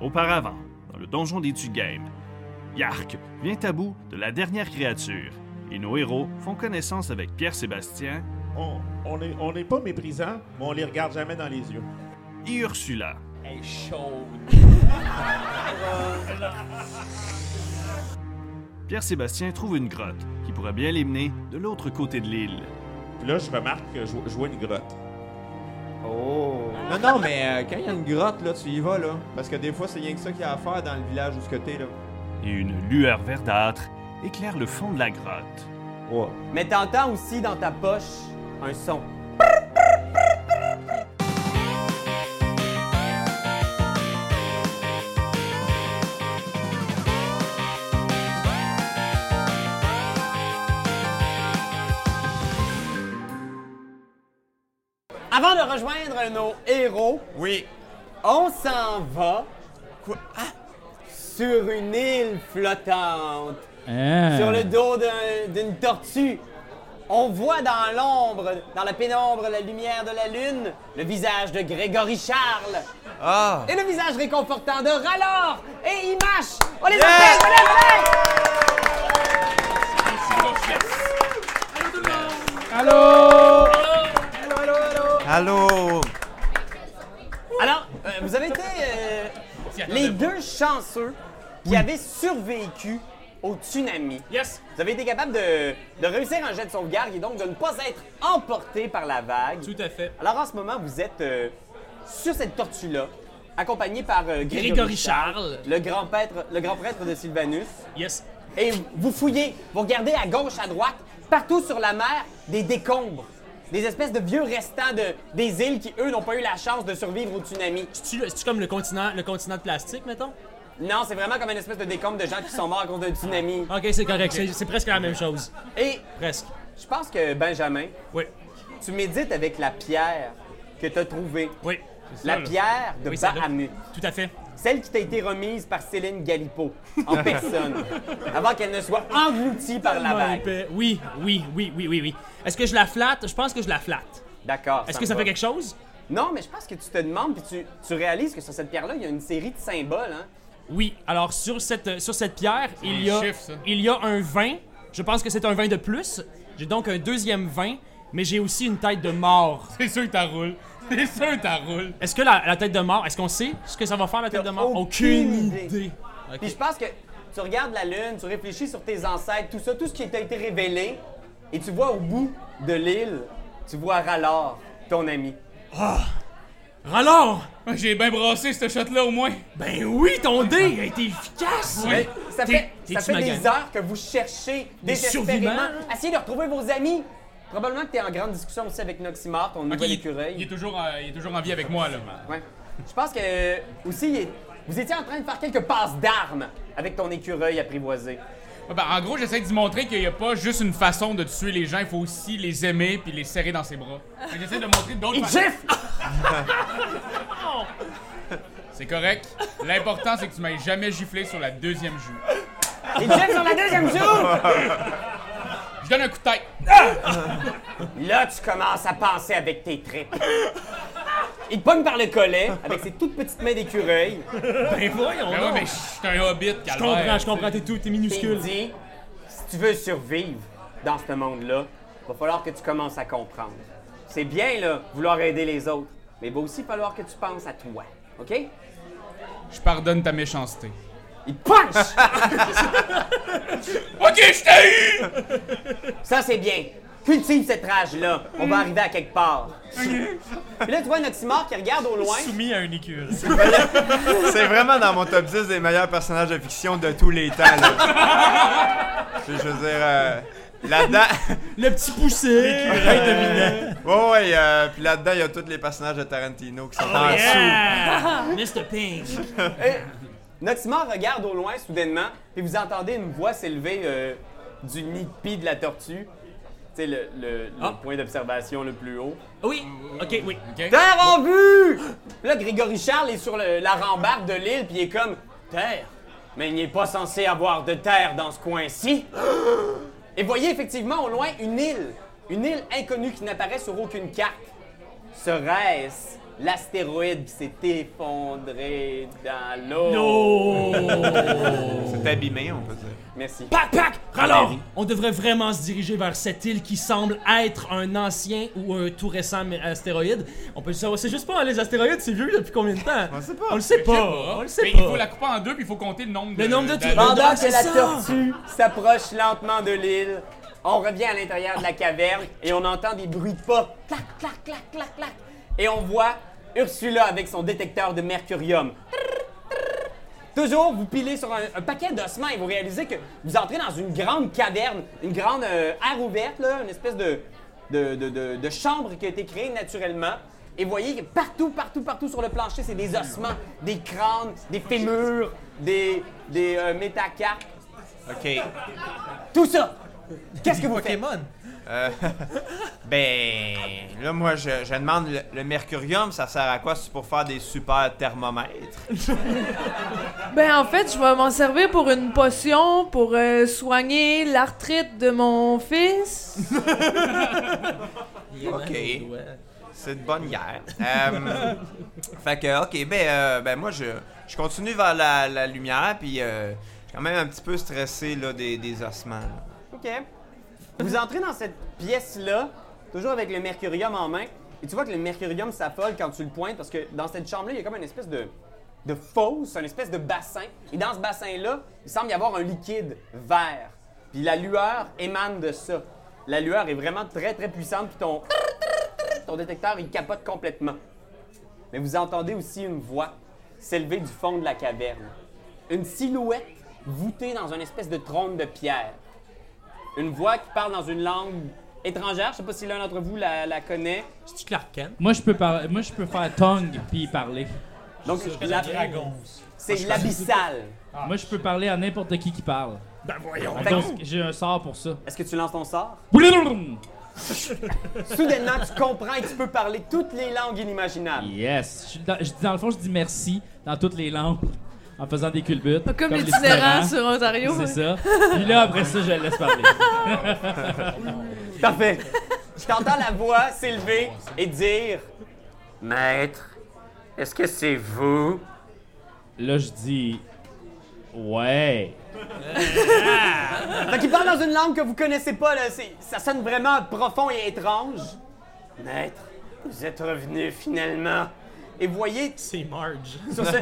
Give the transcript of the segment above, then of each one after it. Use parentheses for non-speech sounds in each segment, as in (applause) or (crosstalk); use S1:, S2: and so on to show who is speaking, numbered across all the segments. S1: Auparavant, dans le donjon des Tugames, Yark vient à bout de la dernière créature et nos héros font connaissance avec Pierre-Sébastien
S2: On on est- on n'est pas méprisant, mais on les regarde jamais dans les yeux.
S1: et Ursula.
S3: Hey, chaud.
S1: Pierre-Sébastien trouve une grotte qui pourrait bien les mener de l'autre côté de l'île.
S2: Puis là, je remarque que je, vois- je vois une grotte.
S4: Oh! Non, non, mais euh, quand il y a une grotte, là, tu y vas, là. Parce que des fois, c'est rien que ça qu'il y a à faire dans le village où ce que t'es, là.
S1: Et une lueur verdâtre éclaire le fond de la grotte.
S4: Ouais.
S3: Mais t'entends aussi dans ta poche un son. Avant de rejoindre nos héros,
S4: Oui.
S3: on s'en va ah, sur une île flottante
S5: Hein?
S3: sur le dos d'un- d'une tortue. On voit dans l'ombre, dans la pénombre, la lumière de la lune, le visage de Grégory Charles
S6: Ah!
S3: et le visage réconfortant de Ralor et Imash. On les
S6: Yeah!
S3: appelle, on les appelle!
S5: Allô?
S6: Allô!
S3: Alors, euh, vous avez été euh, les deux chanceux qui avaient survécu au tsunami.
S7: Yes!
S3: Vous avez été capable de, de réussir un jet de sauvegarde et donc de ne pas être emporté par la vague.
S7: Tout à fait.
S3: Alors en ce moment, vous êtes euh, sur cette tortue-là, accompagné par euh, Grégory,
S7: Grégory Charles.
S3: le grand prêtre, le grand prêtre de Sylvanus.
S7: Yes!
S3: Et vous fouillez, vous regardez à gauche, à droite, partout sur la mer, des décombres, des espèces de vieux restants de, des îles qui, eux, n'ont pas eu la chance de survivre au tsunami.
S7: C'est-tu c'est-tu comme le continent, le continent de plastique, mettons?
S3: Non, c'est vraiment comme une espèce de décombre de gens qui sont morts à cause d'un tsunami.
S7: Ok, c'est correct. C'est- C'est presque la même chose.
S3: Et
S7: Presque.
S3: je pense que Benjamin,
S7: Oui.
S3: tu médites avec la pierre que tu as trouvée,
S7: Oui. c'est ça,
S3: la
S7: là.
S3: pierre de
S7: Oui, celle-là.
S3: Bahamut.
S7: Tout à fait.
S3: Celle qui t'a été remise par Céline Galipo en (laughs) personne, avant qu'elle ne soit engloutie par la
S7: Tellement
S3: vague.
S7: épais. Oui, oui, oui, oui, oui, oui. Est-ce que je la flatte? Je pense que je la flatte.
S3: D'accord.
S7: Est-ce que ça fait quelque chose?
S3: chose? Non, mais je pense que tu te demandes puis tu, tu réalises que sur cette pierre-là, il y a une série de symboles. Hein?
S7: Oui. Alors, sur cette, euh, sur cette pierre, il y, a,
S8: chiffres, ça.
S7: il y a un 20. Je pense que c'est un 20 de plus. J'ai donc un deuxième 20, mais j'ai aussi une tête de mort.
S8: (laughs) C'est sûr que t'as roule. C'est sûr que t'as roule.
S7: Est-ce que la, la tête de mort, est-ce qu'on sait ce que ça va faire la tête
S3: T'as
S7: de mort?
S3: aucune idée.
S7: Ok.
S3: Puis je pense que tu regardes la lune, tu réfléchis sur tes ancêtres, tout ça, tout ce qui t'a été révélé, et tu vois au bout de l'île, tu vois Ralor, ton ami.
S7: Alors,
S8: Moi, J'ai bien brassé ce shot-là au moins.
S7: ben oui, ton dé a été efficace.
S8: Oui.
S3: Mais Ça
S7: T'es-
S3: fait,
S7: t'es-tu
S3: ça fait
S7: magané?
S3: des heures que vous cherchez
S7: Des
S3: désespérément.
S7: survivants, là?
S3: Essayez de retrouver vos amis. Probablement que tu es en grande discussion aussi avec Noximar, ton nouvel
S8: il,
S3: écureuil.
S8: il est toujours, euh, il est toujours en vie avec moi, là.
S3: Ouais. Je pense que euh, aussi, il est- vous étiez en train de faire quelques passes d'armes avec ton écureuil apprivoisé.
S8: Ouais, ben, en gros, j'essaie d'y montrer qu'il n'y a pas juste une façon de tuer les gens, il faut aussi les aimer puis les serrer dans ses bras. Fait que J'essaie de montrer d'autres
S3: Il
S8: façons.
S3: gifle!
S8: C'est correct. L'important, c'est que tu m'aies jamais giflé sur la deuxième joue.
S3: (laughs) Il gifle sur la deuxième joue!
S8: Je donne un coup de tête.
S3: Là, tu commences à penser avec tes tripes. Il te pogne par le collet avec ses toutes petites mains d'écureuil.
S7: Ben voyons
S8: Ben ouais,
S7: donc.
S8: mais je suis un hobbit, calvaire.
S7: Je comprends, je comprends, t'es tout, t'es
S3: Et Il
S7: minuscule.
S3: dit si tu veux survivre dans ce monde-là, va falloir que tu commences à comprendre. C'est bien, là, vouloir aider les autres, mais il va aussi falloir que tu penses à toi. OK?
S8: Je pardonne ta méchanceté.
S3: Il punch!
S8: Ok, je t'ai eu!
S3: Ça, c'est bien. Cultive cette rage-là. On va arriver à quelque part. Puis là, tu vois Noximor qui regarde au loin.
S7: Soumis à un écure.
S4: C'est vraiment dans mon top 10 des meilleurs personnages de fiction de tous les temps, là. je, je veux dire, euh, là-dedans...
S7: (laughs)
S4: (laughs)
S7: Le petit poussé.
S4: ouais, ouais, euh, puis là-dedans, il y a tous les personnages de Tarantino qui sont en
S7: (laughs)
S4: dessous.
S7: Oh, Yeah! (laughs) Mr. Pink.
S3: Et Noximor Euh, regarde au loin soudainement, puis vous entendez une voix s'élever euh, du nid de pie de la tortue. C'est le, le- le
S7: Ah.
S3: point d'observation le plus haut.
S7: Oui, ok, oui.
S3: Terre en vue! Puis Là, Grégory Charles est sur le- la rambarde de l'île, puis il est comme Terre. Mais il n'est pas censé avoir de terre dans ce coin-ci. Et voyez effectivement au loin une île. Une île inconnue qui n'apparaît sur aucune carte. Serait-ce L'astéroïde s'est effondré dans l'eau.
S4: C'est abîmé, on peut dire.
S3: Merci.
S7: Pac, pac! Alors, on devrait vraiment se diriger vers cette île qui semble être un ancien ou un tout récent mais- astéroïde. On peut le savoir. C'est juste pas, hein, les astéroïdes, c'est vieux depuis combien de temps?
S4: On sait pas.
S7: On le sait
S8: Je sais
S7: pas. On le sait
S8: Mais
S7: pas.
S8: il faut la couper en deux, puis il faut compter le nombre
S7: Oh.
S8: de.
S7: Le nombre de
S8: d'a-
S7: trous.
S3: Pendant
S7: Ah,
S3: que
S7: c'est
S3: la
S7: ça!
S3: tortue s'approche lentement de l'île, on revient à l'intérieur de la caverne et on entend des bruits de pas. Clac, clac, clac, clac, clac. Et on voit Ursula avec son détecteur de mercurium. Trrr, trrr. Toujours, vous pilez sur un, un paquet d'ossements et vous réalisez que vous entrez dans une grande caverne, une grande euh, aire ouverte, là, une espèce de, de, de- de- de chambre qui a été créée naturellement. Et vous voyez que partout, partout, partout sur le plancher, c'est des ossements, des crânes, des fémurs, des, des euh, métacarpes.
S4: Ok.
S3: Tout ça! Qu'est-ce que vous faites?
S4: Euh, ben, là, moi, je, je demande le, le mercurium, ça sert à quoi? C'est pour faire des super thermomètres.
S6: Ben en fait, je vais m'en servir pour une potion pour euh, soigner l'arthrite de mon (laughs) fils.
S4: Ok. C'est de bonne guerre. Euh, (laughs) fait que, ok, ben, euh, ben moi, je, je continue vers la, la lumière, puis euh, je suis quand même un petit peu stressé là, des, des ossements. là.
S3: OK. Vous entrez dans cette pièce-là, toujours avec le mercurium en main, et tu vois que le mercurium s'affole quand tu le pointes, parce que dans cette chambre-là, il y a comme une espèce de, de fosse, un espèce de bassin. Et dans ce bassin-là, il semble y avoir un liquide vert. Puis la lueur émane de ça. La lueur est vraiment très, très puissante, puis ton, ton détecteur, il capote complètement. Mais vous entendez aussi une voix s'élever du fond de la caverne. Une silhouette voûtée dans une espèce de trône de pierre une voix qui parle dans une langue étrangère. Je sais pas si l'un d'entre vous la, la connaît.
S7: C'est Clark Kent.
S5: Moi, je peux parler. Moi, je peux faire tongue puis parler.
S3: Donc, la- C'est l'abyssal.
S5: Moi, je peux parler à n'importe qui qui parle.
S7: Ben voyons.
S3: Fait que-
S5: Donc, j'ai un sort pour ça.
S3: Est-ce que tu lances ton sort?
S5: Bloulouloum!
S3: Soudainement, tu comprends et tu peux parler toutes les langues inimaginables.
S5: Yes. Je suis dans, je dis- dans le fond, je dis merci dans toutes les langues en faisant des culbutes.
S6: Comme, l'itinérant sur Ontario.
S5: C'est ça. Puis là, après ça, je la laisse parler.
S3: Parfait. Je t'entends la voix s'élever et dire Maître, est-ce que c'est vous?
S5: Là, je dis. Ouais.
S3: Donc, il parle dans une langue que vous connaissez pas, là. C'est- Ça sonne vraiment profond et étrange. Maître, vous êtes revenu finalement. Et voyez,
S7: C'est Marge.
S3: Sur ce...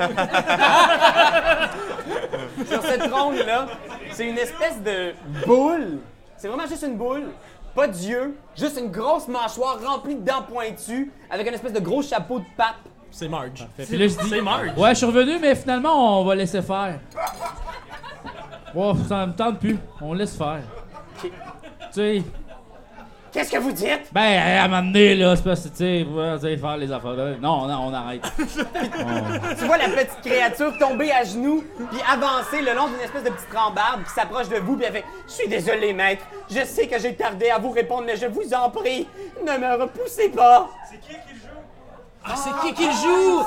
S3: Sur ce trône-là, c'est une espèce de boule. C'est vraiment juste une boule. Pas d'yeux, juste une grosse mâchoire remplie de dents pointues avec une espèce de gros chapeau de pape.
S7: C'est Marge.
S5: Puis là, je dis.
S7: C'est Marge.
S5: Ouais, je suis revenu, mais finalement, on va laisser faire. Wow, ça me tente plus. On laisse faire. Tu sais,
S3: Qu'est-ce que vous dites?
S5: ben, à un moment donné, là, c'est parce que, tu sais, voilà, tu sais, faire les affaires. là. Non, non,
S7: (laughs)
S5: on arrête.
S3: Tu vois la petite créature tomber à genoux puis avancer le long d'une espèce de petite rambarde qui s'approche de vous puis elle fait « Je suis désolé, maître. Je sais que j'ai tardé à vous répondre, mais je vous en prie, ne me repoussez pas.
S7: Ah, c'est qui qui le joue?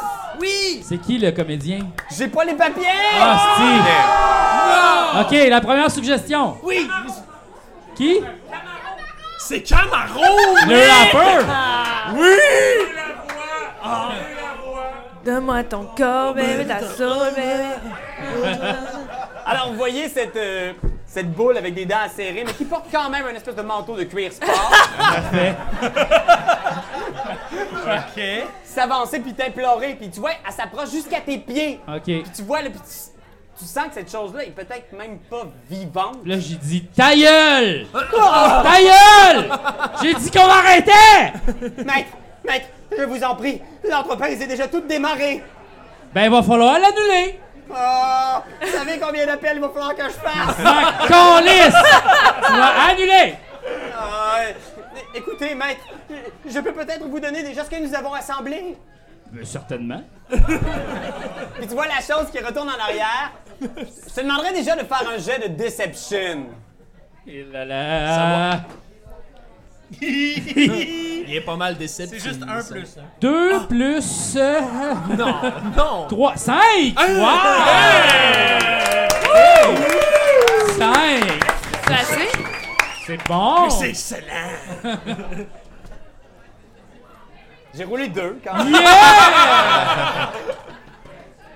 S5: C'est qui le comédien?
S3: J'ai pas les papiers!
S5: Ah, c'est- Ok, la première suggestion.
S7: Oui!
S5: Qui?
S7: C'est Camaro!
S5: Le rappeur!
S6: Donne-moi ton corps, bébé, ta soul, bébé.
S3: Alors, vous voyez cette, euh, cette boule avec des dents acérées, mais qui porte quand même un espèce de manteau de cuir sport.
S7: Ok.
S3: S'avancer puis t'implorer, puis tu vois, elle s'approche jusqu'à tes pieds.
S5: Ok.
S3: Puis tu vois, là, puis tu, tu sens que cette chose-là est peut-être même pas vivante.
S5: (laughs) Là, j'ai dit ta gueule! Ta gueule! J'ai dit qu'on arrêtait!
S3: Maître, maître, je vous en prie, l'entreprise est déjà toute démarrée.
S5: Ben, il va
S7: (laughs)
S5: falloir l'annuler!
S3: Oh, vous savez combien d'appels il va falloir que je fasse?
S5: Ma calisse! Tu vas annuler!
S3: Ah, euh, écoutez, maître, je- je peux peut-être vous donner déjà ce que nous avons assemblé.
S5: Ben, certainement.
S3: Puis tu vois la chose qui retourne en arrière. Je te demanderais déjà de faire un jet de deception.
S5: Et là là.
S7: Il est pas mal décédé.
S8: C'est juste un plus. hein.
S5: 2 plus. Ah. euh, (laughs) non, non! 3, 5! Wow! 5!
S6: C'est assez?
S5: C'est bon!
S7: excellent.
S3: J'ai roulé deux quand même.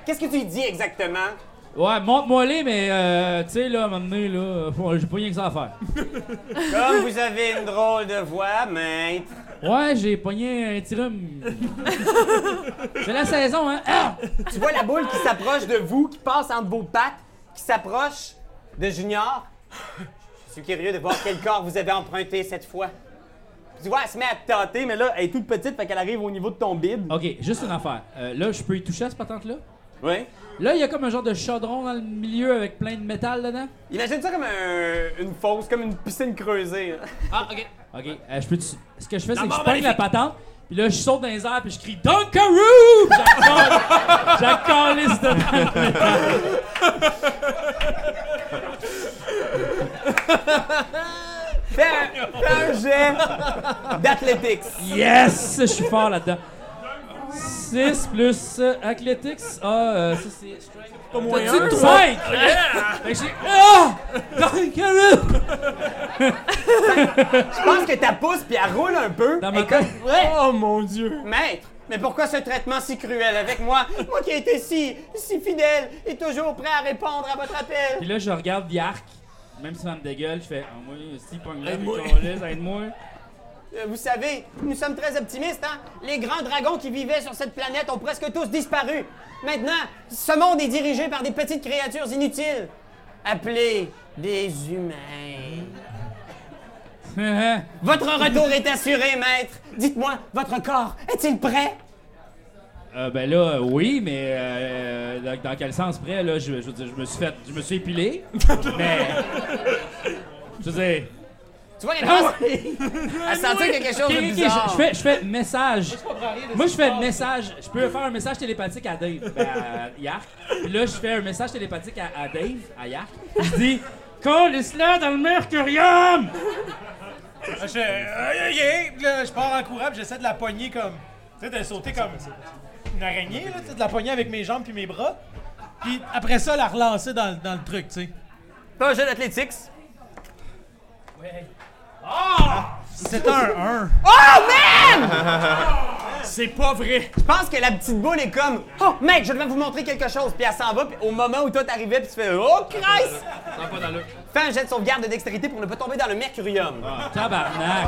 S3: Qu'est-ce que tu lui dis exactement?
S5: Ouais, montre-moi-les, mais euh, tu sais, là, à un moment donné, là, euh, bon, j'ai pas rien que ça à faire.
S3: Comme vous avez une drôle de voix, mais
S5: Ouais, j'ai pogné un (laughs) tirum. C'est la saison, hein? Ah!
S3: Tu vois la boule qui s'approche de vous, qui passe entre vos pattes, qui s'approche de Junior. Je suis curieux de voir quel corps vous avez emprunté cette fois. Tu vois, elle se met à te tâter, mais là, elle est toute petite, fait qu'elle arrive au niveau de ton bide.
S5: Ok, juste une affaire. Euh, là, je peux y toucher à cette patente-là?
S3: Oui.
S5: Là, il y a comme un genre de chaudron dans le milieu avec plein de métal dedans.
S3: Imagine ça comme un- une fosse, comme une piscine creusée. hein. là.
S7: Ah, ok.
S5: Ok, euh, je peux. tu- Ce que je fais, c'est que
S7: mort
S5: je pogne la
S7: maléfique.
S5: patente, puis là, je saute dans les airs, puis je crie Dunkaroo! Puis
S7: (laughs)
S5: J'accorde les dedans.
S3: Fais un, fais un jet d'athlétics.
S5: Yes! Je suis fort là-dedans. 6 plus euh, Athletics. Ah, euh, ça c'est. Strength. Pas moyen. 5!
S7: Oh,
S5: Fait que j'ai. Ah! Dunkaroo!
S3: Je pense que ta pousse, puis elle roule un peu.
S5: Dans ma
S3: Et comme-
S5: tête.
S3: Ouais.
S7: Oh mon dieu.
S3: Maître, mais pourquoi ce traitement si cruel avec moi? Moi qui ai été si, si fidèle et toujours prêt à répondre à votre appel.
S5: Puis là, je regarde Yark. Même si ça me dégueule, je fais. Ah, moi, si, pogne là,
S7: Aide-moi.
S5: aide
S7: (laughs)
S5: aide-moi. (laughs)
S3: Euh, Vous savez, nous sommes très optimistes, hein? Les grands dragons qui vivaient sur cette planète ont presque tous disparu. Maintenant, ce monde est dirigé par des petites créatures inutiles, appelées des humains. Votre retour est assuré, maître. Dites-moi, votre corps est-il prêt?
S5: Euh, ben là, euh, oui, mais euh, dans, dans quel sens près, là, je, je veux dire, je me suis fait, je me suis épilé, mais, je veux dire,
S3: Tu vois, elle commence à sentir quelque chose
S5: Ok, ok,
S3: de
S5: je-
S3: bizarre.
S5: je, fais, je fais message, moi je fais message, je peux faire un message télépathique à Dave, ben, à Yark, Puis là je fais un message télépathique à, à Dave, à Yark, je (laughs) dis, colle-le dans le mercurium!
S9: Je fais, Aïe, aïe, aïe! Puis là, je pars en courant, puis j'essaie de la pogner comme. Tu sais, de sauter comme une araignée, là, tu sais, de la pogner avec mes jambes puis mes bras. Puis après ça, la relancer dans, le- dans le truc, tu sais.
S3: Fais un jeu d'athlétics.
S9: C'est un 1.
S7: C'est pas vrai.
S3: Oh, Je pense que la petite boule est comme Oh, mec, je vais vous montrer quelque chose. Puis elle s'en va, puis au moment où toi t'arrivais, puis tu fais Oh, Christ! Fais un jet de sauvegarde de dextérité pour ne pas tomber dans le mercurium.
S5: Tabarnak,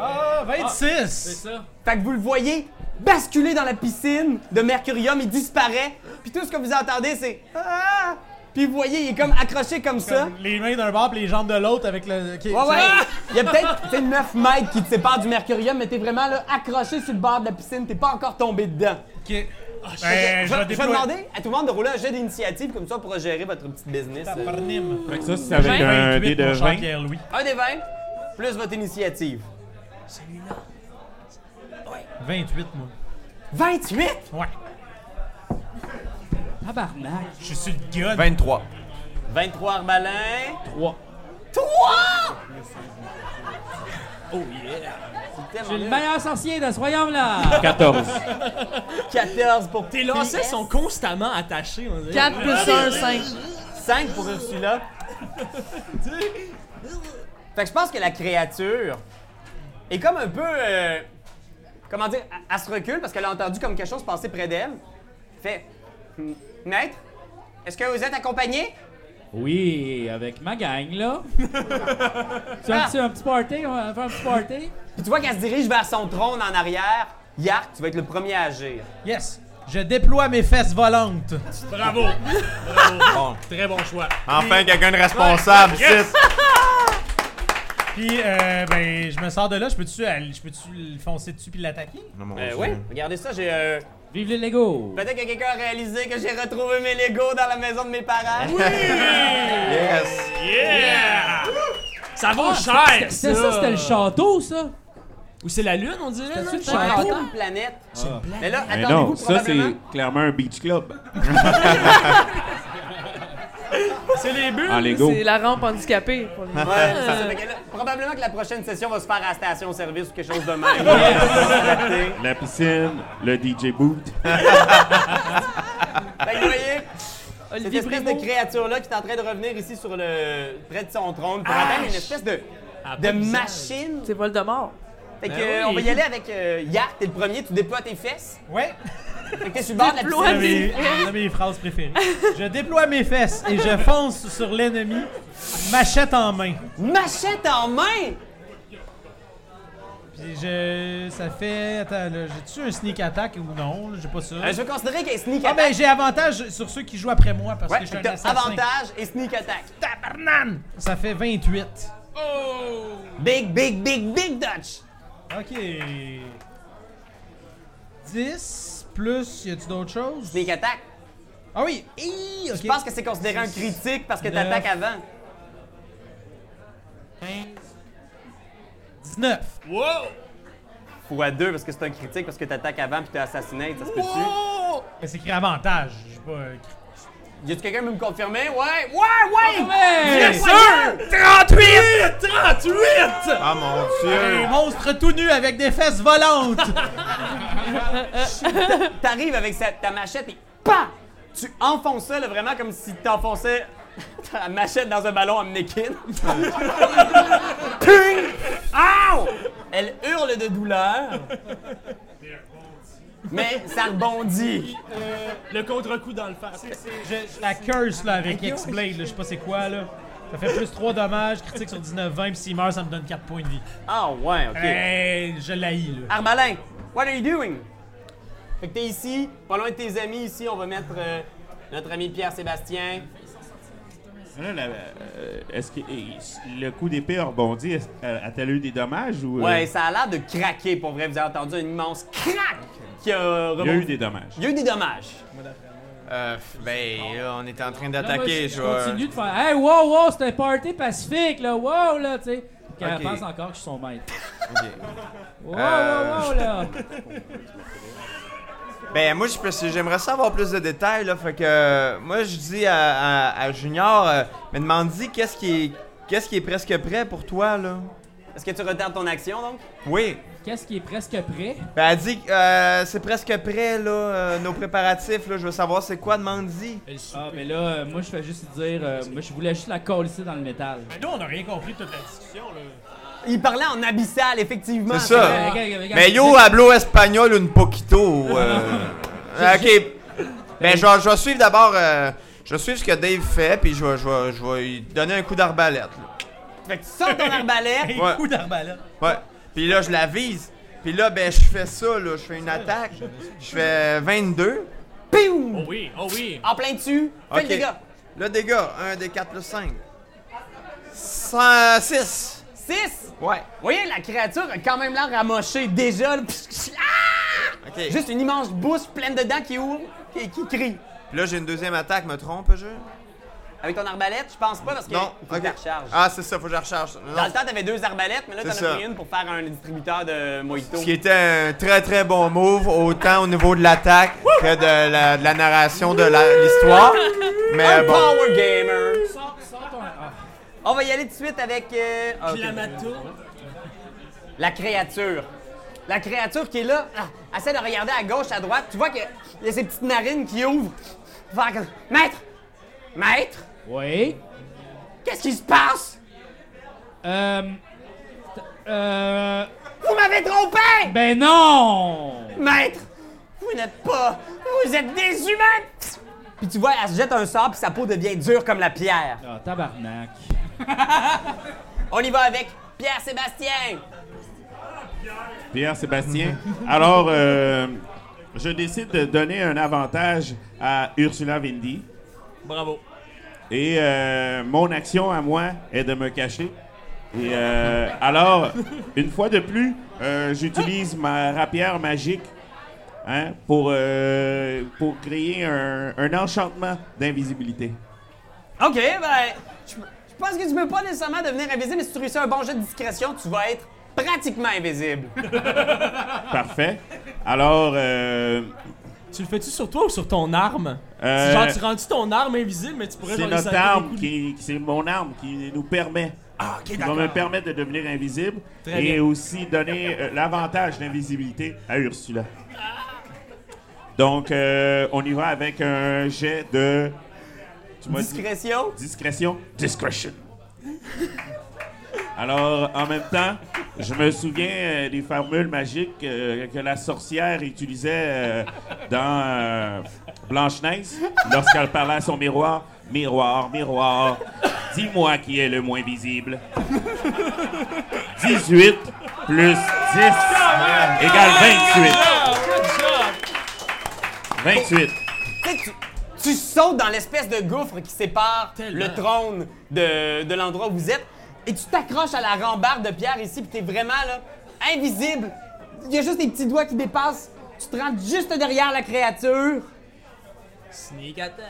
S9: Ah, 26!
S5: c'est ça,
S3: Fait que vous le voyez basculer dans la piscine de mercurium, il disparaît. Puis tout ce que vous entendez, c'est Ah! Puis vous voyez, il est comme accroché comme ça.
S9: Comme les mains d'un bord puis les jambes de l'autre avec le. qui-
S3: Ouais, ouais.
S9: Ah!
S3: Il y a peut-être t'sais, 9 mètres qui te séparent du mercurium, mais t'es vraiment là, accroché sur le bord de la piscine, t'es pas encore tombé dedans.
S9: Ok.
S3: Ah, je,
S9: Ben,
S3: je vais
S9: déployer-
S3: demander à tout le monde de rouler un jet d'initiative, comme ça, pour gérer votre petit business. euh.
S9: Parnim.
S2: Ah. Fait que ça, c'est avec un dé
S9: 28
S2: de
S9: pour
S2: 20.
S9: Jean-Pierre-Louis.
S3: Un des 20, plus votre initiative.
S9: 28, moi.
S3: 28?
S9: Ouais.
S5: tabarnak,
S9: Je suis sur le gun.
S4: 23.
S3: 23 arbalins.
S5: 3,
S3: 3! Oh yeah!
S5: j'ai le meilleur sorcier de ce royaume-là,
S2: 14.
S3: 14 pour
S7: Tes lacets sont constamment attachés, on dirait.
S6: 4 plus 1, 5.
S3: 5 pour Ursula. fait que je pense que la créature est comme un peu. euh, comment dire? Elle- Elle se recule parce qu'elle a entendu comme quelque chose passer près d'elle. Fait. Hmm, Maître, est-ce que vous êtes accompagné?
S5: oui, avec ma gang,
S9: (laughs)
S5: là, tu as un petit party, on va faire un petit party?
S3: Puis tu vois qu'elle se dirige vers son trône en arrière. Yark, tu vas être le premier à agir.
S9: Yes. Je déploie mes fesses volantes.
S7: Bravo. Bravo. Très bon choix.
S4: Enfin, quelqu'un de responsable, c'est-
S9: Puis, euh, ben, je me sors de là. Je peux-tu aller- je peux-tu le foncer dessus puis l'attaquer?
S4: Non, mon
S3: Euh,
S4: Dieu.
S3: oui, regardez ça, j'ai. euh,
S5: Vive les Lego!
S3: Peut-être que quelqu'un a réalisé que j'ai retrouvé mes Legos dans la maison de mes parents.
S4: Yes.
S7: Ça
S9: Ah,
S7: vaut cher.
S5: C'est ça, c'était le château, ça?
S7: Ou c'est la lune, on dirait. là?
S5: C'était-tu le
S3: C'est un
S5: château?
S3: château, une planète. Ah. Mais là,
S2: Mais
S3: attendez-vous
S2: non, ça,
S3: probablement.
S2: c'est clairement un beach club
S7: C'est les bulles.
S2: en Lego.
S6: C'est la rampe handicapée pour les
S3: Ouais, c'est ça. Fait que là, probablement que la prochaine session va se faire à la station-service ou quelque chose
S9: (laughs)
S3: de même. Adapté.
S2: La piscine, le DJ boot.
S3: fait que vous voyez, cette
S6: Olivier
S3: espèce de
S6: Primo.
S3: créature-là qui est en train de revenir ici sur
S9: Ah,
S3: le près de son trône pour atteindre une espèce de, de machine
S6: C'est Voldemort.
S3: Fait que,
S7: Ben
S3: euh,
S7: oui.
S3: on va y aller avec euh, Yark, t'es le premier, tu déploies tes fesses.
S9: Ouais.
S3: Fait que t'es sur le bord de la
S6: Déploie
S9: Une de
S3: piscine.
S9: mes- une de mes phrases préférées. Je déploie mes fesses et je fonce sur l'ennemi, machette en main.
S3: Machette en main!
S9: Puis je. Ça fait. Attends, là, j'ai-tu un sneak attack ou non? là? J'ai pas ça.
S3: Euh, je vais considérer qu'un sneak
S9: Ah, ben
S3: attack.
S9: j'ai avantage sur ceux qui jouent après moi parce que
S3: ouais,
S9: je suis
S3: fait que
S9: un
S3: t'as
S9: assassin.
S3: avantage et sneak attack.
S9: Tabarnane! Ça fait 28.
S8: Oh!
S3: Big, big, big, big Dutch!
S9: Ok. 10 plus. Y a-tu d'autres choses?
S3: Sneak attack.
S9: Ah oui! Hi, ok.
S3: Je pense que c'est considéré un critique parce que
S9: Neuf.
S3: t'attaques avant.
S9: 19.
S3: Fois deux parce que c'est un critique parce que t'attaques avant puis t'es assassiné, ça se peut-tu?
S9: Oh! Mais c'est écrit avantage. J'ai pas. euh, écrit-
S3: Y a-tu quelqu'un qui peut me confirmer? Ouais, ouais, ouais!
S7: Hey!
S3: sûr!
S9: 38! 38!
S4: Ah mon dieu!
S9: Un monstre tout nu avec des fesses volantes!
S3: T'arrives avec sa- ta machette et PAM! Tu enfonces ça là, vraiment comme si t'enfonçais ta machette dans un ballon à mannequin. Ping! Ow! Elle hurle de douleur. Mais ça rebondit.
S7: Le contre-coup dans le face.
S9: Je- la curse là avec X-Blade, là, je sais pas c'est quoi là. (laughs) Ça fait plus 3 dommages, critique sur 19, 20, pis s'il meurt, ça me donne 4 points de vie.
S3: Ah ouais, ok.
S9: Hey, je l'haïs là.
S3: Armalin, what are you doing? Fait que t'es ici, pas loin de tes amis ici, on va mettre euh, notre ami Pierre-Sébastien.
S2: Là, la- euh, est-ce que et- le coup d'épée a rebondi? Est-ce- euh, A-t-elle eu des dommages ou. euh,
S3: Ouais, ça a l'air de craquer pour vrai, vous avez entendu un immense crack qui
S2: il y
S3: a
S2: a eu
S3: rebondi.
S2: des dommages.
S3: Il y a eu des dommages.
S4: Euh, ben, là, on était en train
S5: Là, moi,
S4: d'attaquer,
S5: je-
S4: je
S5: je
S4: vois.
S5: continue de faire Hey, wow, wow, c'est un party pacifique, là, wow, là, tu sais. Qu'elle
S4: Ok.
S5: pense encore que je suis son maître. Wow,
S4: Euh,
S5: wow, wow, là.
S4: Ben, moi, je pense- j'aimerais ça avoir plus de détails, là. Fait que, euh, moi, je dis à, à- à Junior, euh, mais demande-y qu'est-ce qui est, qu'est-ce qui est presque prêt pour toi, là.
S3: Est-ce que tu retardes ton action donc?
S4: Oui.
S5: Qu'est-ce qui est presque prêt?
S4: Ben, elle dit, euh, c'est presque prêt, là, euh, nos préparatifs, là. Je veux savoir c'est quoi, demande-y.
S5: Ah, mais là, euh, moi, je fais juste dire, euh, moi, je voulais juste la colisser dans le métal.
S9: Mais nous, on a rien compris de toute la discussion là.
S3: Il parlait en abyssal, effectivement.
S4: C'est ça.
S5: Euh, regarde, regarde,
S4: Mais yo,
S5: regarde.
S4: hablo espagnol un poquito. euh.
S5: (laughs)
S4: ok. Ben, je vais- je vais suivre d'abord. euh, je vais suivre ce que Dave fait, puis je vais, je vais- je vais lui donner un coup d'arbalète. là.
S3: Fait que tu sors ton arbalète.
S4: (laughs)
S9: Hey,
S4: Ouais.
S9: coup d'arbalète.
S4: Ouais. Puis là, je la vise. Puis là, ben, je fais ça, là. Je fais une attaque. Je fais 22.
S3: Pium!
S7: Oh oui, oh oui.
S3: En plein dessus. Fais
S4: Ok.
S3: le dégât.
S4: Le dégât, 1 des 4 plus 5. 106.
S3: 6!
S4: Ouais.
S3: Vous voyez, la créature a quand même l'air ramochée déjà. là. (laughs) Pss, pss, ah!
S4: Ok.
S3: Juste une immense bouche pleine de dents qui ouvre et qui crie.
S4: Puis là, j'ai une deuxième attaque, me trompe, je?
S3: Avec ton arbalète, je pense pas parce que
S4: Non.
S3: faut que
S4: ok.
S3: la recharge.
S4: Ah, c'est ça, faut que je la recharge. Non.
S3: Dans le temps, t'avais deux arbalètes, mais là, t'en
S4: C'est
S3: as
S4: ça.
S3: pris une pour faire un distributeur de mojito.
S4: Ce qui était un très très bon move, autant au niveau de l'attaque que de la, de la narration de la- l'histoire. Mais euh,
S3: Un
S4: bon.
S3: Power Gamer!
S5: Sors, sors ton. Ah,
S3: On va y aller tout de suite avec euh, ah, ok.
S7: Clamato.
S3: la créature. La créature qui est là, ah, essaie de regarder à gauche, à droite. Tu vois qu'il y a ses petites narines qui ouvrent. Faire comme, Maître! Maître!
S5: oui.
S3: Qu'est-ce qui se passe?
S5: Euh. t- Euh.
S3: Vous m'avez trompé!
S5: Ben non!
S3: Maître! Vous n'êtes pas... Vous êtes des humains! Puis tu vois, elle se jette un sort, puis sa peau devient dure comme la pierre.
S5: Ah, tabarnak.
S3: On y va avec Pierre-Sébastien!
S2: Pierre-Sébastien. Alors, euh, je décide de donner un avantage à Ursula Vindy.
S7: Bravo.
S2: Et euh, mon action à moi est de me cacher. Et euh, alors, une fois de plus, euh, j'utilise ma rapière magique hein, pour, euh, pour créer un, un enchantement d'invisibilité.
S3: OK, ben, je je pense que tu peux pas nécessairement devenir invisible, mais si tu réussis un bon jeu de discrétion, tu vas être pratiquement invisible.
S2: Parfait. Alors, euh,
S7: Tu le fais-tu sur toi ou sur ton arme?
S2: Euh,
S7: Genre, tu rends-tu ton arme invisible, mais tu pourrais
S2: c'est
S7: genre
S2: notre
S7: essayer de
S2: arme,
S7: couler-
S2: qui, qui- c'est mon arme qui nous permet,
S7: Ah, ok,
S2: qui va me
S7: d'accord.
S2: permettre de devenir invisible
S7: Très
S2: et
S7: bien.
S2: aussi donner euh, l'avantage d'invisibilité à Ursula. Donc, euh, on y va avec un jet de... Tu m'as dit-
S3: Discrétion.
S2: discrétion. Discretion. Alors, en même temps, je me souviens euh, des formules magiques euh, que la sorcière utilisait euh, dans euh, Blanche-Neige lorsqu'elle parlait à son miroir. Miroir, miroir, dis-moi qui est le moins visible. 18 plus 10 égale 28. 28.
S3: Tu sais, tu, tu sautes dans l'espèce de gouffre qui sépare le trône de, de l'endroit où vous êtes et tu t'accroches à la rambarde de pierre ici, puis t'es vraiment là, invisible. Il y a juste des petits doigts qui dépassent. Tu te rends juste derrière la créature.
S7: Sneak attack.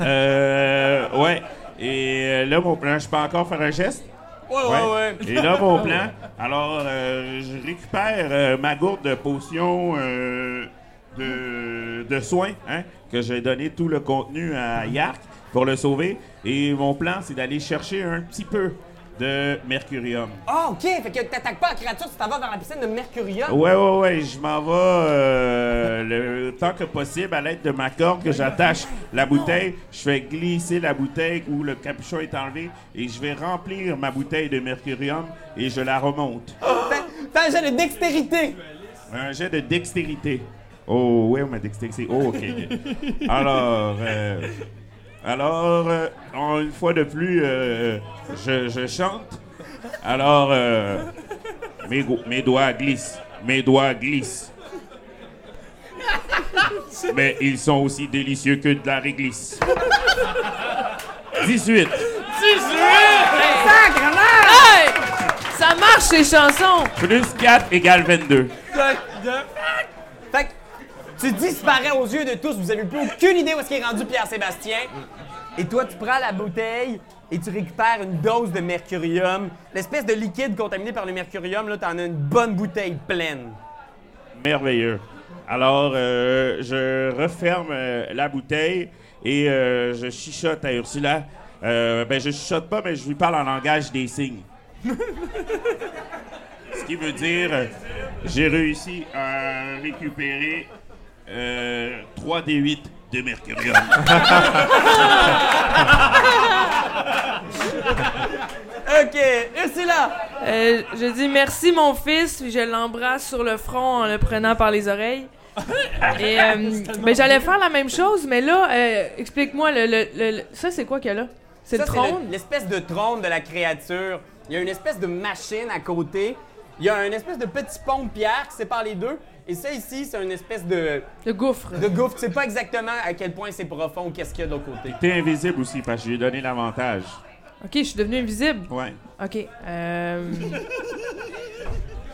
S2: Euh, ouais. Et euh, là, mon plan, je peux encore faire un geste?
S3: Ouais, ouais, ouais.
S2: Et là, mon
S3: (laughs)
S2: plan, alors, euh, je récupère euh, ma gourde de potion euh, de, de soins, hein, que j'ai donné tout le contenu à Yark pour le sauver. Et mon plan, c'est d'aller chercher un petit peu de mercurium.
S3: Ah, OK. Fait que t'attaques pas la créature, tu t'en vas vers la piscine de Mercurium.
S2: Ouais, ouais, ouais, je m'en vais euh, le temps que possible à l'aide de ma corde que j'attache la bouteille. Je fais glisser la bouteille où le capuchon est enlevé et je vais remplir ma bouteille de mercurium et je la remonte.
S3: Fais- Fais un jet de dextérité.
S2: Un jet de dextérité. Oh, ouais, ma dextérité. Oh, ok. Alors, euh, alors euh, en- une fois de plus, euh, je, je chante. Alors, euh, mes, go- mes doigts glissent. Mes doigts glissent. Mais ils sont aussi délicieux que de la réglisse. 18.
S6: Hey! Ça marche, ces chansons!
S2: Plus 4 égale 22.
S3: Fait que tu disparais aux yeux de tous. Vous avez plus aucune idée où est-ce qu'est rendu Pierre-Sébastien. Et toi, tu prends la bouteille et tu récupères une dose de mercurium. L'espèce de liquide contaminé par le mercurium, là, t'en as une bonne bouteille pleine.
S2: Merveilleux. Alors, euh, je referme euh, la bouteille et euh, je chichote à Ursula. Euh, ben, je chichote pas, mais je lui parle en langage des (laughs) signes. Ce qui veut dire, euh, j'ai réussi à récupérer euh, 3 D8 de (laughs) Mercurium.
S3: OK, Ursula!
S6: Euh, je dis merci, mon fils, puis je l'embrasse sur le front en le prenant par les oreilles. Et euh, ben, j'allais faire la même chose, mais là, euh, explique-moi, le, le- le- le- ça, c'est quoi qu'il y a là? C'est le
S3: Ça, le-
S6: trône?
S3: L'espèce de trône de la créature. Il y a une espèce de machine à côté. Il y a une espèce de petit pont de pierre qui sépare les deux. Et ça ici, c'est une espèce de,
S6: Le gouffre.
S3: de gouffre. Tu sais pas exactement à quel point c'est profond ou qu'est-ce qu'il y a de l'autre côté.
S2: T'es invisible aussi, parce que je lui ai donné l'avantage.
S6: OK, je suis devenue invisible.
S2: Ouais.
S6: OK. euh,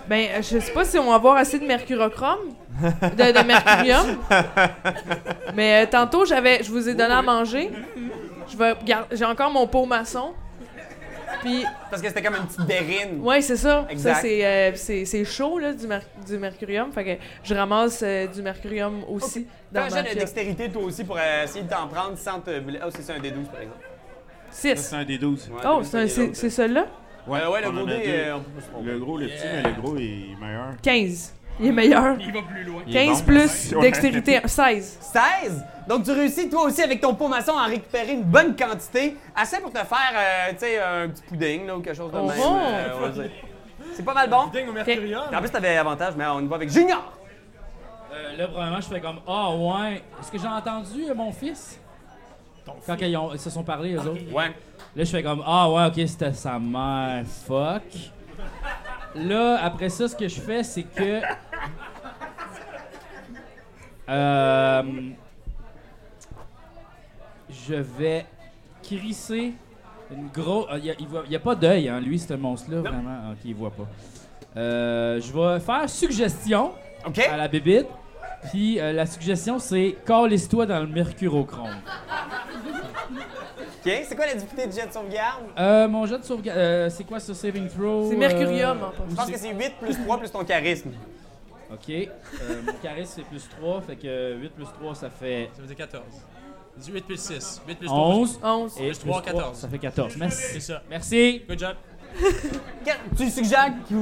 S6: ben, euh, je sais pas si on va avoir assez de mercurochrome, de, de mercurium. Mais euh, tantôt, j'avais, je vous ai donné à manger. Je vais gar- j'ai encore mon pot maçon. Puis
S3: Parce que c'était comme une petite bérine.
S6: Ouais, c'est ça.
S3: Exact.
S6: Ça, c'est, euh, c'est, c'est chaud, là, du, mer- du mercurium. Fait que je ramasse euh, du mercurium aussi
S3: Fais
S6: dans
S3: un
S6: ma
S3: jet de dextérité, toi aussi, pour euh, essayer de t'en prendre sans te. blesser. Oh, c'est ça, un D12, par exemple.
S6: 6.
S2: C'est un des 12.
S3: Ouais,
S6: Oh,
S3: D12,
S6: c'est, un- c'est,
S3: D12.
S6: c'est celui-là?
S2: Ouais,
S3: Euh, ouais, le
S2: on en
S3: gros
S2: a
S3: dé,
S2: deux.
S3: euh, on peut se tromper.
S2: Le gros, le petit, mais le gros est meilleur.
S6: 15. Il est meilleur.
S8: Il va plus loin.
S6: 15 plus dextérité, 16.
S3: 16! Donc, tu réussis, toi aussi, avec ton pot maçon, à en récupérer une bonne quantité. Assez pour te faire, euh, tu sais, un petit pudding, là, ou quelque chose de
S6: Oh,
S3: même. euh,
S6: bon.
S3: on va dire. c'est pas mal bon.
S9: Ding au Mercurium.
S3: En plus, t'avais avantage, mais on y va avec Junior!
S5: Euh, là, probablement, je fais comme Ah, ouais. Est-ce que j'ai entendu euh, mon fils Quand ils, ont- ils se sont parlé, eux autres.
S3: Ouais.
S5: Là, je fais comme Ah, ouais, ok, c'était sa mère. Fuck. Là, après ça, ce que je fais, c'est que. (laughs) Euh, je vais crisser une grosse. Il n'y a, il voit- il y a pas d'œil, hein, lui, ce monstre-là, vraiment. Ah, Ok, il voit pas. Euh, je vais faire suggestion
S3: OK?
S6: Ah.
S5: à la bébite. Puis euh, la suggestion, c'est calisse-toi dans le mercurochrome.
S3: OK? C'est quoi la difficulté de jet de sauvegarde?
S5: Euh, mon jet de sauvegarde, euh, c'est quoi ce saving throw? euh,
S6: C'est mercurium, en passant.
S3: Je pense que c'est 8 plus 3 plus ton charisme.
S5: Ok. Euh, mon charisme, c'est plus 3, fait que 8 plus 3, ça fait
S7: Ça veut dire 14. 18 plus 6. 8 plus
S5: 11.
S6: 11.
S5: Et
S7: Plus trois, 14.
S5: Ça fait 14. Merci.
S7: C'est ça.
S5: Merci.
S7: Good job.
S3: Quand tu suggères qu'il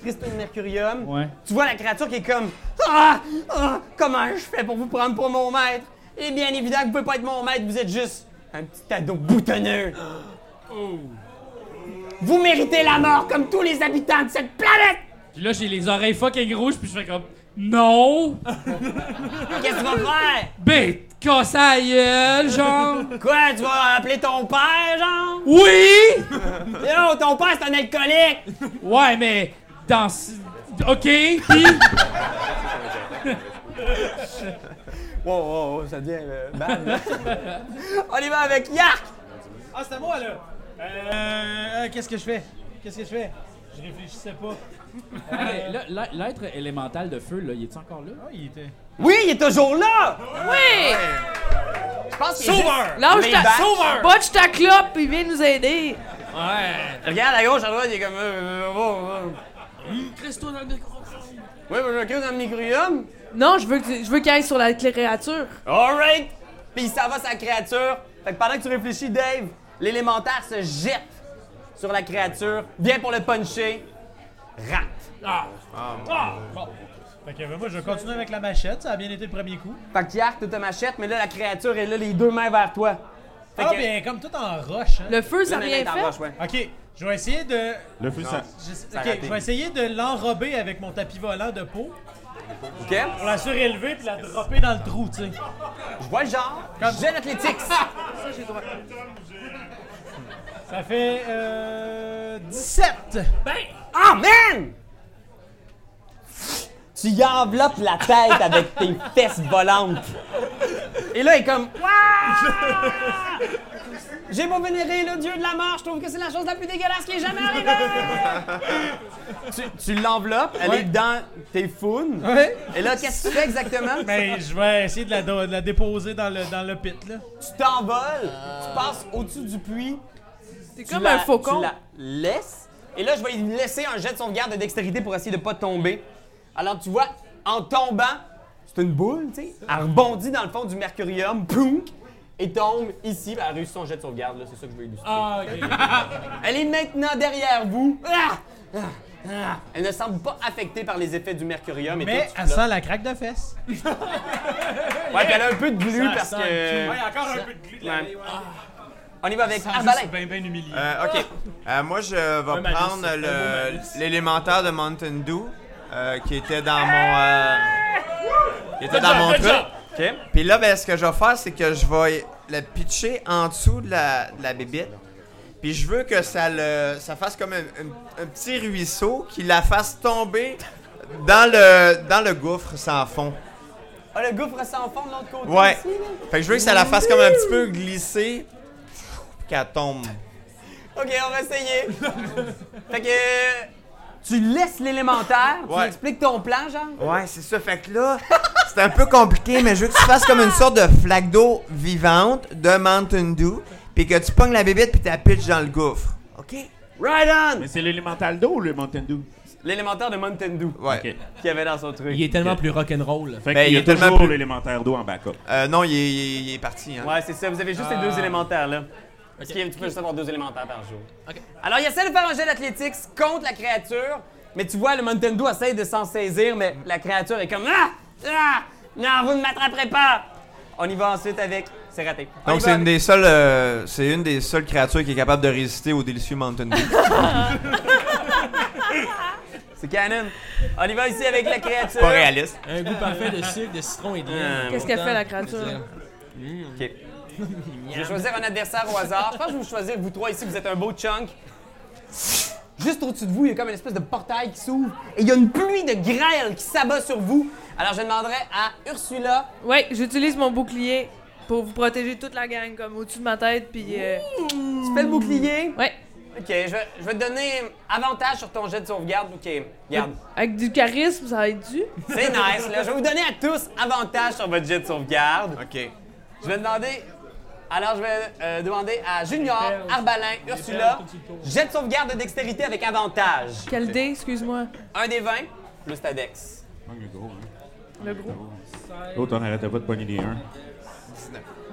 S3: criste un mercurium.
S5: Ouais.
S3: Tu vois la créature qui est comme Ah! Ah! Comment je fais pour vous prendre pour mon maître? Et bien évident que vous pouvez pas être mon maître, vous êtes juste un petit ado boutonneux. Vous méritez la mort comme tous les habitants de cette planète!
S5: Puis là, j'ai les oreilles fucking rouges, puis je fais comme. Non!
S3: Qu'est-ce que tu vas faire?
S5: Ben, casse à la gueule, genre!
S3: Quoi, tu vas appeler ton père, genre?
S5: Oui!
S3: Yo, ton père, c'est un alcoolique!
S5: Ouais, mais dans. ce- Ok, puis.
S3: Wow, wow, wow, ça devient euh, bad, là. On y va avec Yark!
S9: Ah, c'est à moi, là! Euh, euh, qu'est-ce que je fais? Qu'est-ce que je fais? Je réfléchissais pas.
S5: Hey, Ah, là, là, L'être élémental de feu, là, il est encore là?
S9: Euh, Ah, il était...
S3: Oui, il est toujours là!
S6: Oui!
S3: Je pense qu'il est
S9: Sauveur!
S6: Lâche ta...
S3: Maybach.
S6: Botche ta clope, puis viens nous aider.
S3: juste- Regarde à gauche, à droite, il est comme. euh, euh, bon,
S5: Christo dans le micro.
S3: Oui, mais je crie dans le micro
S6: Non, je veux que tu- je veux qu'il aille sur la créature.
S3: Alright! Puis ça va sa créature. Fait que pendant que tu réfléchis, Dave, l'élémentaire se jette sur la créature. Bien pour le puncher. Rat.
S9: Fait que euh, moi, je vais continuer avec la machette, ça a bien été le premier coup.
S3: Fait que Yark, tu te machette, mais là, la créature est là, les deux mains vers toi. Fait
S9: Ah,
S3: que-
S9: bien, comme tout en roche, hein.
S6: Le feu,
S3: Là,
S6: ça a
S3: les
S6: rien
S3: mains
S6: fait.
S3: t'arroches, ouais.
S9: Ok, je vais essayer de.
S2: Le feu, ça.
S9: je-
S3: a
S9: ok,
S3: raté.
S9: je vais essayer de l'enrober avec mon tapis volant de peau
S3: OK?
S9: pour la surélever puis la dropper dans le trou, tu sais.
S3: Je vois le genre. J'ai l'athlétique.
S9: (laughs) Ça fait. Euh, 17!
S3: Ah, man! Tu y enveloppes la tête avec tes fesses volantes. Et là, il est comme. Wouah! (laughs) J'ai beau vénérer le dieu de la mort, je trouve que c'est la chose la plus dégueulasse qui est jamais arrivée! tu tu l'enveloppes, elle est dans tes founes.
S9: Ouais!
S3: Et là, qu'est-ce que tu fais exactement?
S5: Ben.
S9: Mais je vais essayer de la, do- de la déposer dans le, dans le pit, là.
S3: Tu t'envoles, tu passes au-dessus du puits,
S6: C'est
S3: tu
S6: comme
S3: la-
S6: un faucon.
S3: Tu la laisses. Et là, je vais lui laisser un jet de sauvegarde de dextérité pour essayer de pas tomber. Alors, tu vois, en tombant, c'est une boule, tu sais. Elle rebondit dans le fond du mercurium, poum, et tombe ici. Elle a réussi son jet de sauvegarde, là. C'est ça que je veux illustrer.
S5: Ah, ok.
S3: (laughs) Elle est maintenant derrière vous. Ah! Ah! Ah! Elle ne semble pas affectée par les effets du mercurium. Et
S9: Mais
S3: toi,
S9: elle
S3: tu flottes.
S9: sent la craque de fesses.
S3: Ouais, puis elle a un peu de glu
S9: Ça
S3: parce
S9: sent
S3: que.
S9: le cul.
S8: encore un peu de glu.
S3: Ouais. On y va avec Arbalin.
S8: Juste bien, bien humilié.
S4: Euh, ok. Euh, moi, je vais
S7: malice,
S4: prendre
S7: un beau
S4: le-
S7: malice.
S4: l'élémentaire de Mountain Dew euh, qui était dans mon. euh, qui était dans mon truc.
S3: Ok.
S4: Puis là, ben, ce que je vais faire, c'est que je vais le pitcher en dessous de la, de la bébite. Puis je veux que ça le ça fasse comme un, un- un petit ruisseau qui la fasse tomber dans le dans le gouffre sans fond.
S3: Ah, le gouffre sans fond de l'autre côté.
S4: Ouais.
S3: ici, là.
S4: Fait que je veux que ça la fasse comme un petit peu glisser puis qu'elle tombe.
S3: Ok, on va
S4: (laughs)
S3: essayer. fait que. Tu laisses l'élémentaire, tu
S4: Ouais.
S3: expliques ton plan, genre.
S4: Ouais, c'est ça. Fait que là, c'est un peu compliqué, mais je veux que tu fasses comme une sorte de flaque d'eau vivante de Mountain Dew, puis que tu pognes la bébite puis tu la pitches dans le gouffre. OK?
S3: Right on!
S2: Mais c'est l'élémental d'eau, le Mountain Dew.
S3: L'élémentaire de Mountain Dew
S4: Ouais.
S2: Ok.
S3: qu'il y avait dans son truc.
S7: Il est tellement plus rock'n'roll.
S2: Fait
S4: Ben,
S2: qu'il y
S4: il
S2: a
S4: est tellement
S2: toujours
S4: plus-
S2: l'élémentaire d'eau en backup.
S4: Euh, non, il est, il est- il est parti. Hein.
S3: Ouais, c'est ça, vous avez juste
S7: Ah.
S3: les deux élémentaires, là. Parce que tu peux juste avoir deux élémentaires par jour. Alors, il essaie de faire un jet d'athlétique contre la créature, mais tu vois, le Mountain Dew essaie de s'en saisir, mais la créature est comme Ah! Ah! Non, vous ne m'attraperez pas! On y va ensuite avec. C'est raté. On y va
S4: Donc c'est une
S3: avec-
S4: des seules euh, c'est une des seules créatures qui est capable de résister au délicieux Mountain Dew.
S3: C'est canon. On y va ici avec la créature.
S4: Pas réaliste.
S7: Un goût parfait de sucre, de citron et de miel.
S6: Qu'est-ce qu'elle fait, la créature?
S3: Ok. Je vais choisir un adversaire au hasard. Je pense que je vais vous choisir, vous trois ici, vous êtes un beau chunk. Juste au-dessus de vous, il y a comme une espèce de portail qui s'ouvre et il y a une pluie de grêle qui s'abat sur vous. Alors je demanderai à Ursula.
S6: Ouais, j'utilise mon bouclier pour vous protéger toute la gang, comme au-dessus de ma tête, puis... euh,
S3: Tu fais le bouclier.
S6: Ouais,
S3: Ok, je vais, je vais te donner avantage sur ton jet de sauvegarde. Ok, regarde.
S6: avec du charisme, ça aide du.
S3: C'est nice, là. Je vais vous donner à tous avantage sur votre jet de sauvegarde.
S4: OK.
S3: Je vais demander. Alors, je vais euh, demander à Junior, Arbalin, Ursula, jet de sauvegarde de dextérité avec avantage.
S6: Quel dé, excuse-moi.
S3: Un des 20, plus ta dex.
S2: Le gros, hein.
S6: Le gros.
S2: L'autre, on n'arrêtait Oh, pas de pogner les 1.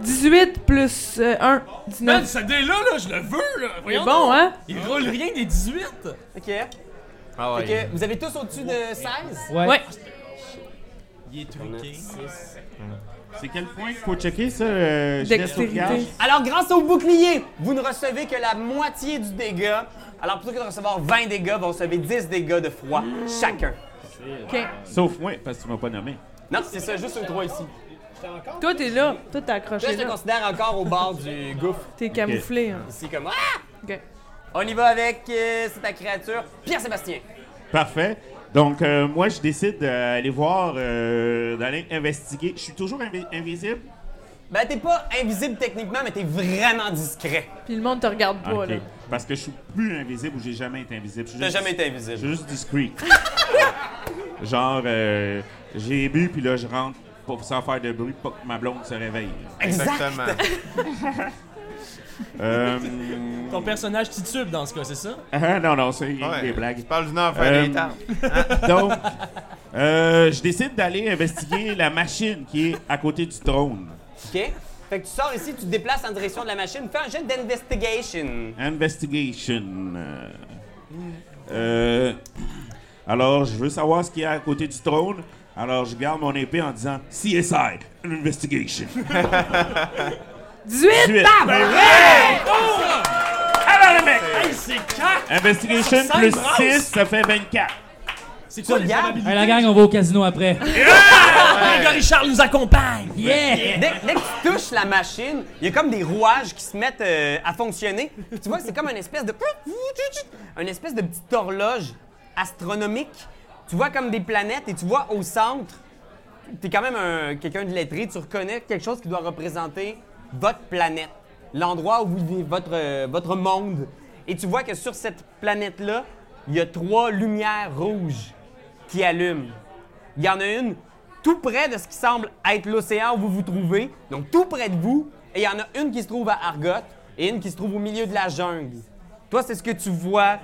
S6: 18 plus 1, 19.
S7: Man, ce dé-là, là, je le veux, là!
S6: C'est
S7: Voyons
S6: bon,
S7: donc.
S6: hein?
S7: Il roule rien des 18!
S3: OK. Fait que vous avez tous au-dessus de 16?
S6: Ouais.
S7: Il est truqué.
S2: C'est quel point qu'il faut checker, ça? Euh, jeunesse au
S6: Dextérité.
S2: cage?
S3: Alors, grâce au bouclier, vous ne recevez que la moitié du dégât. Alors, plutôt que de recevoir 20 dégâts, vous recevez 10 dégâts de froid chacun.
S6: hein? OK.
S2: Sauf moi, parce que tu m'as pas nommé.
S3: Non, c'est ça, juste aux trois ici.
S6: Toi, t'es là. Toi, t'es
S3: Là,
S6: accroché
S3: je te
S6: là.
S3: considère encore au bord du gouffre.
S6: T'es camouflé. Hein.
S3: Ici, comme. Ah!
S6: OK.
S3: On y va avec. euh, c'est ta créature, Pierre-Sébastien.
S2: Parfait. Donc, euh, moi, je décide d'aller voir, euh, d'aller investiguer. Je suis toujours invi- invisible?
S3: Ben, t'es pas invisible techniquement, mais t'es vraiment discret.
S6: Puis le monde te regarde pas,
S2: Ok.
S6: là.
S2: Parce que je suis plus invisible ou j'ai jamais été invisible. Je suis
S3: T'as
S2: juste-
S3: jamais été
S2: Je
S3: invisible.
S2: suis juste
S3: (laughs)
S2: discret. Genre, euh, j'ai bu, puis là, je rentre pour, sans faire de bruit, pour pas que ma blonde se (laughs) réveille.
S4: Exactement.
S2: Euh, (laughs)
S7: Ton personnage titube dans ce cas, c'est ça?
S2: ah, non, non, c'est
S4: Ouais.
S2: des blagues.
S4: Tu parles du nord, fin
S2: Euh,
S4: des temps.
S2: Donc, euh, je décide d'aller investiguer la machine qui est à côté du trône.
S3: OK? Fait que tu sors ici, tu te déplaces en direction de la machine, fais un jet d'investigation.
S2: Investigation. Euh, euh, alors, je veux savoir ce qu'il y a à côté du trône. Alors, je garde mon épée en disant CSI, an investigation.
S6: 18!
S2: Suite.
S3: Ben
S2: Alors, le mec! Investigation plus 6, ça fait 24.
S7: C'est quoi les
S3: Regarde,
S5: Hey, la gang, on va au
S7: (laughs)
S5: casino après.
S7: Grégory Charles nous accompagne!
S5: Yeah!
S3: dès, dès que tu touches la machine, il y a comme des rouages qui se mettent euh, à fonctionner. Puis tu vois, c'est comme une espèce de. Une espèce de petite horloge astronomique. Tu vois comme des planètes et tu vois au centre. T'es quand même un- quelqu'un de lettré, tu reconnais quelque chose qui doit représenter votre planète, l'endroit où vous vivez, votre, euh, votre monde. Et tu vois que sur cette planète-là, il y a trois lumières rouges qui allument. Il y en a une tout près de ce qui semble être l'océan où vous vous trouvez, donc tout près de vous, et il y en a une qui se trouve à Argot et une qui se trouve au milieu de la jungle. Toi, c'est ce que tu vois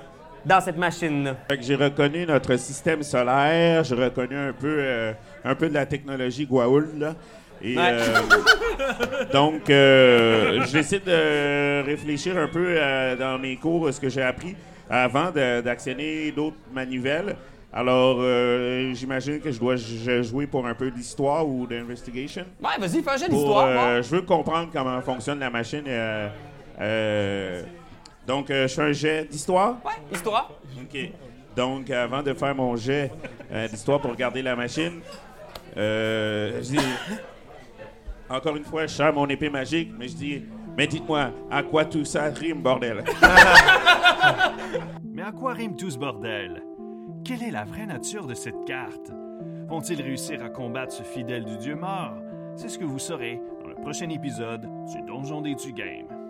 S3: dans cette machine-là.
S2: Fait que j'ai reconnu notre système solaire, j'ai reconnu un peu, euh, un peu de la technologie Guaoul, là. Et,
S3: Ouais.
S2: euh, donc, euh, j'essaie de réfléchir un peu euh, dans mes cours ce que j'ai appris avant de- d'actionner d'autres manivelles. Alors, euh, j'imagine que je dois j- jouer pour un peu d'histoire ou d'investigation.
S3: Ouais, vas-y, fais un jeu
S2: Pour,
S3: d'histoire.
S2: euh,
S3: voir.
S2: je veux comprendre comment fonctionne la machine. euh, euh, donc, euh, je fais un jet d'histoire.
S3: Ouais, histoire.
S2: OK. Donc, euh, avant de faire mon jet euh, d'histoire pour garder la machine, euh, je dis- Encore une fois, je sers mon épée magique, mais je dis... Mais dites-moi, à quoi tout ça rime, bordel?
S1: Mais à quoi rime tout ce bordel? Quelle est la vraie nature de cette carte? Vont-ils réussir à combattre ce fidèle du dieu mort? C'est ce que vous saurez dans le prochain épisode du Donjon des Tu Game.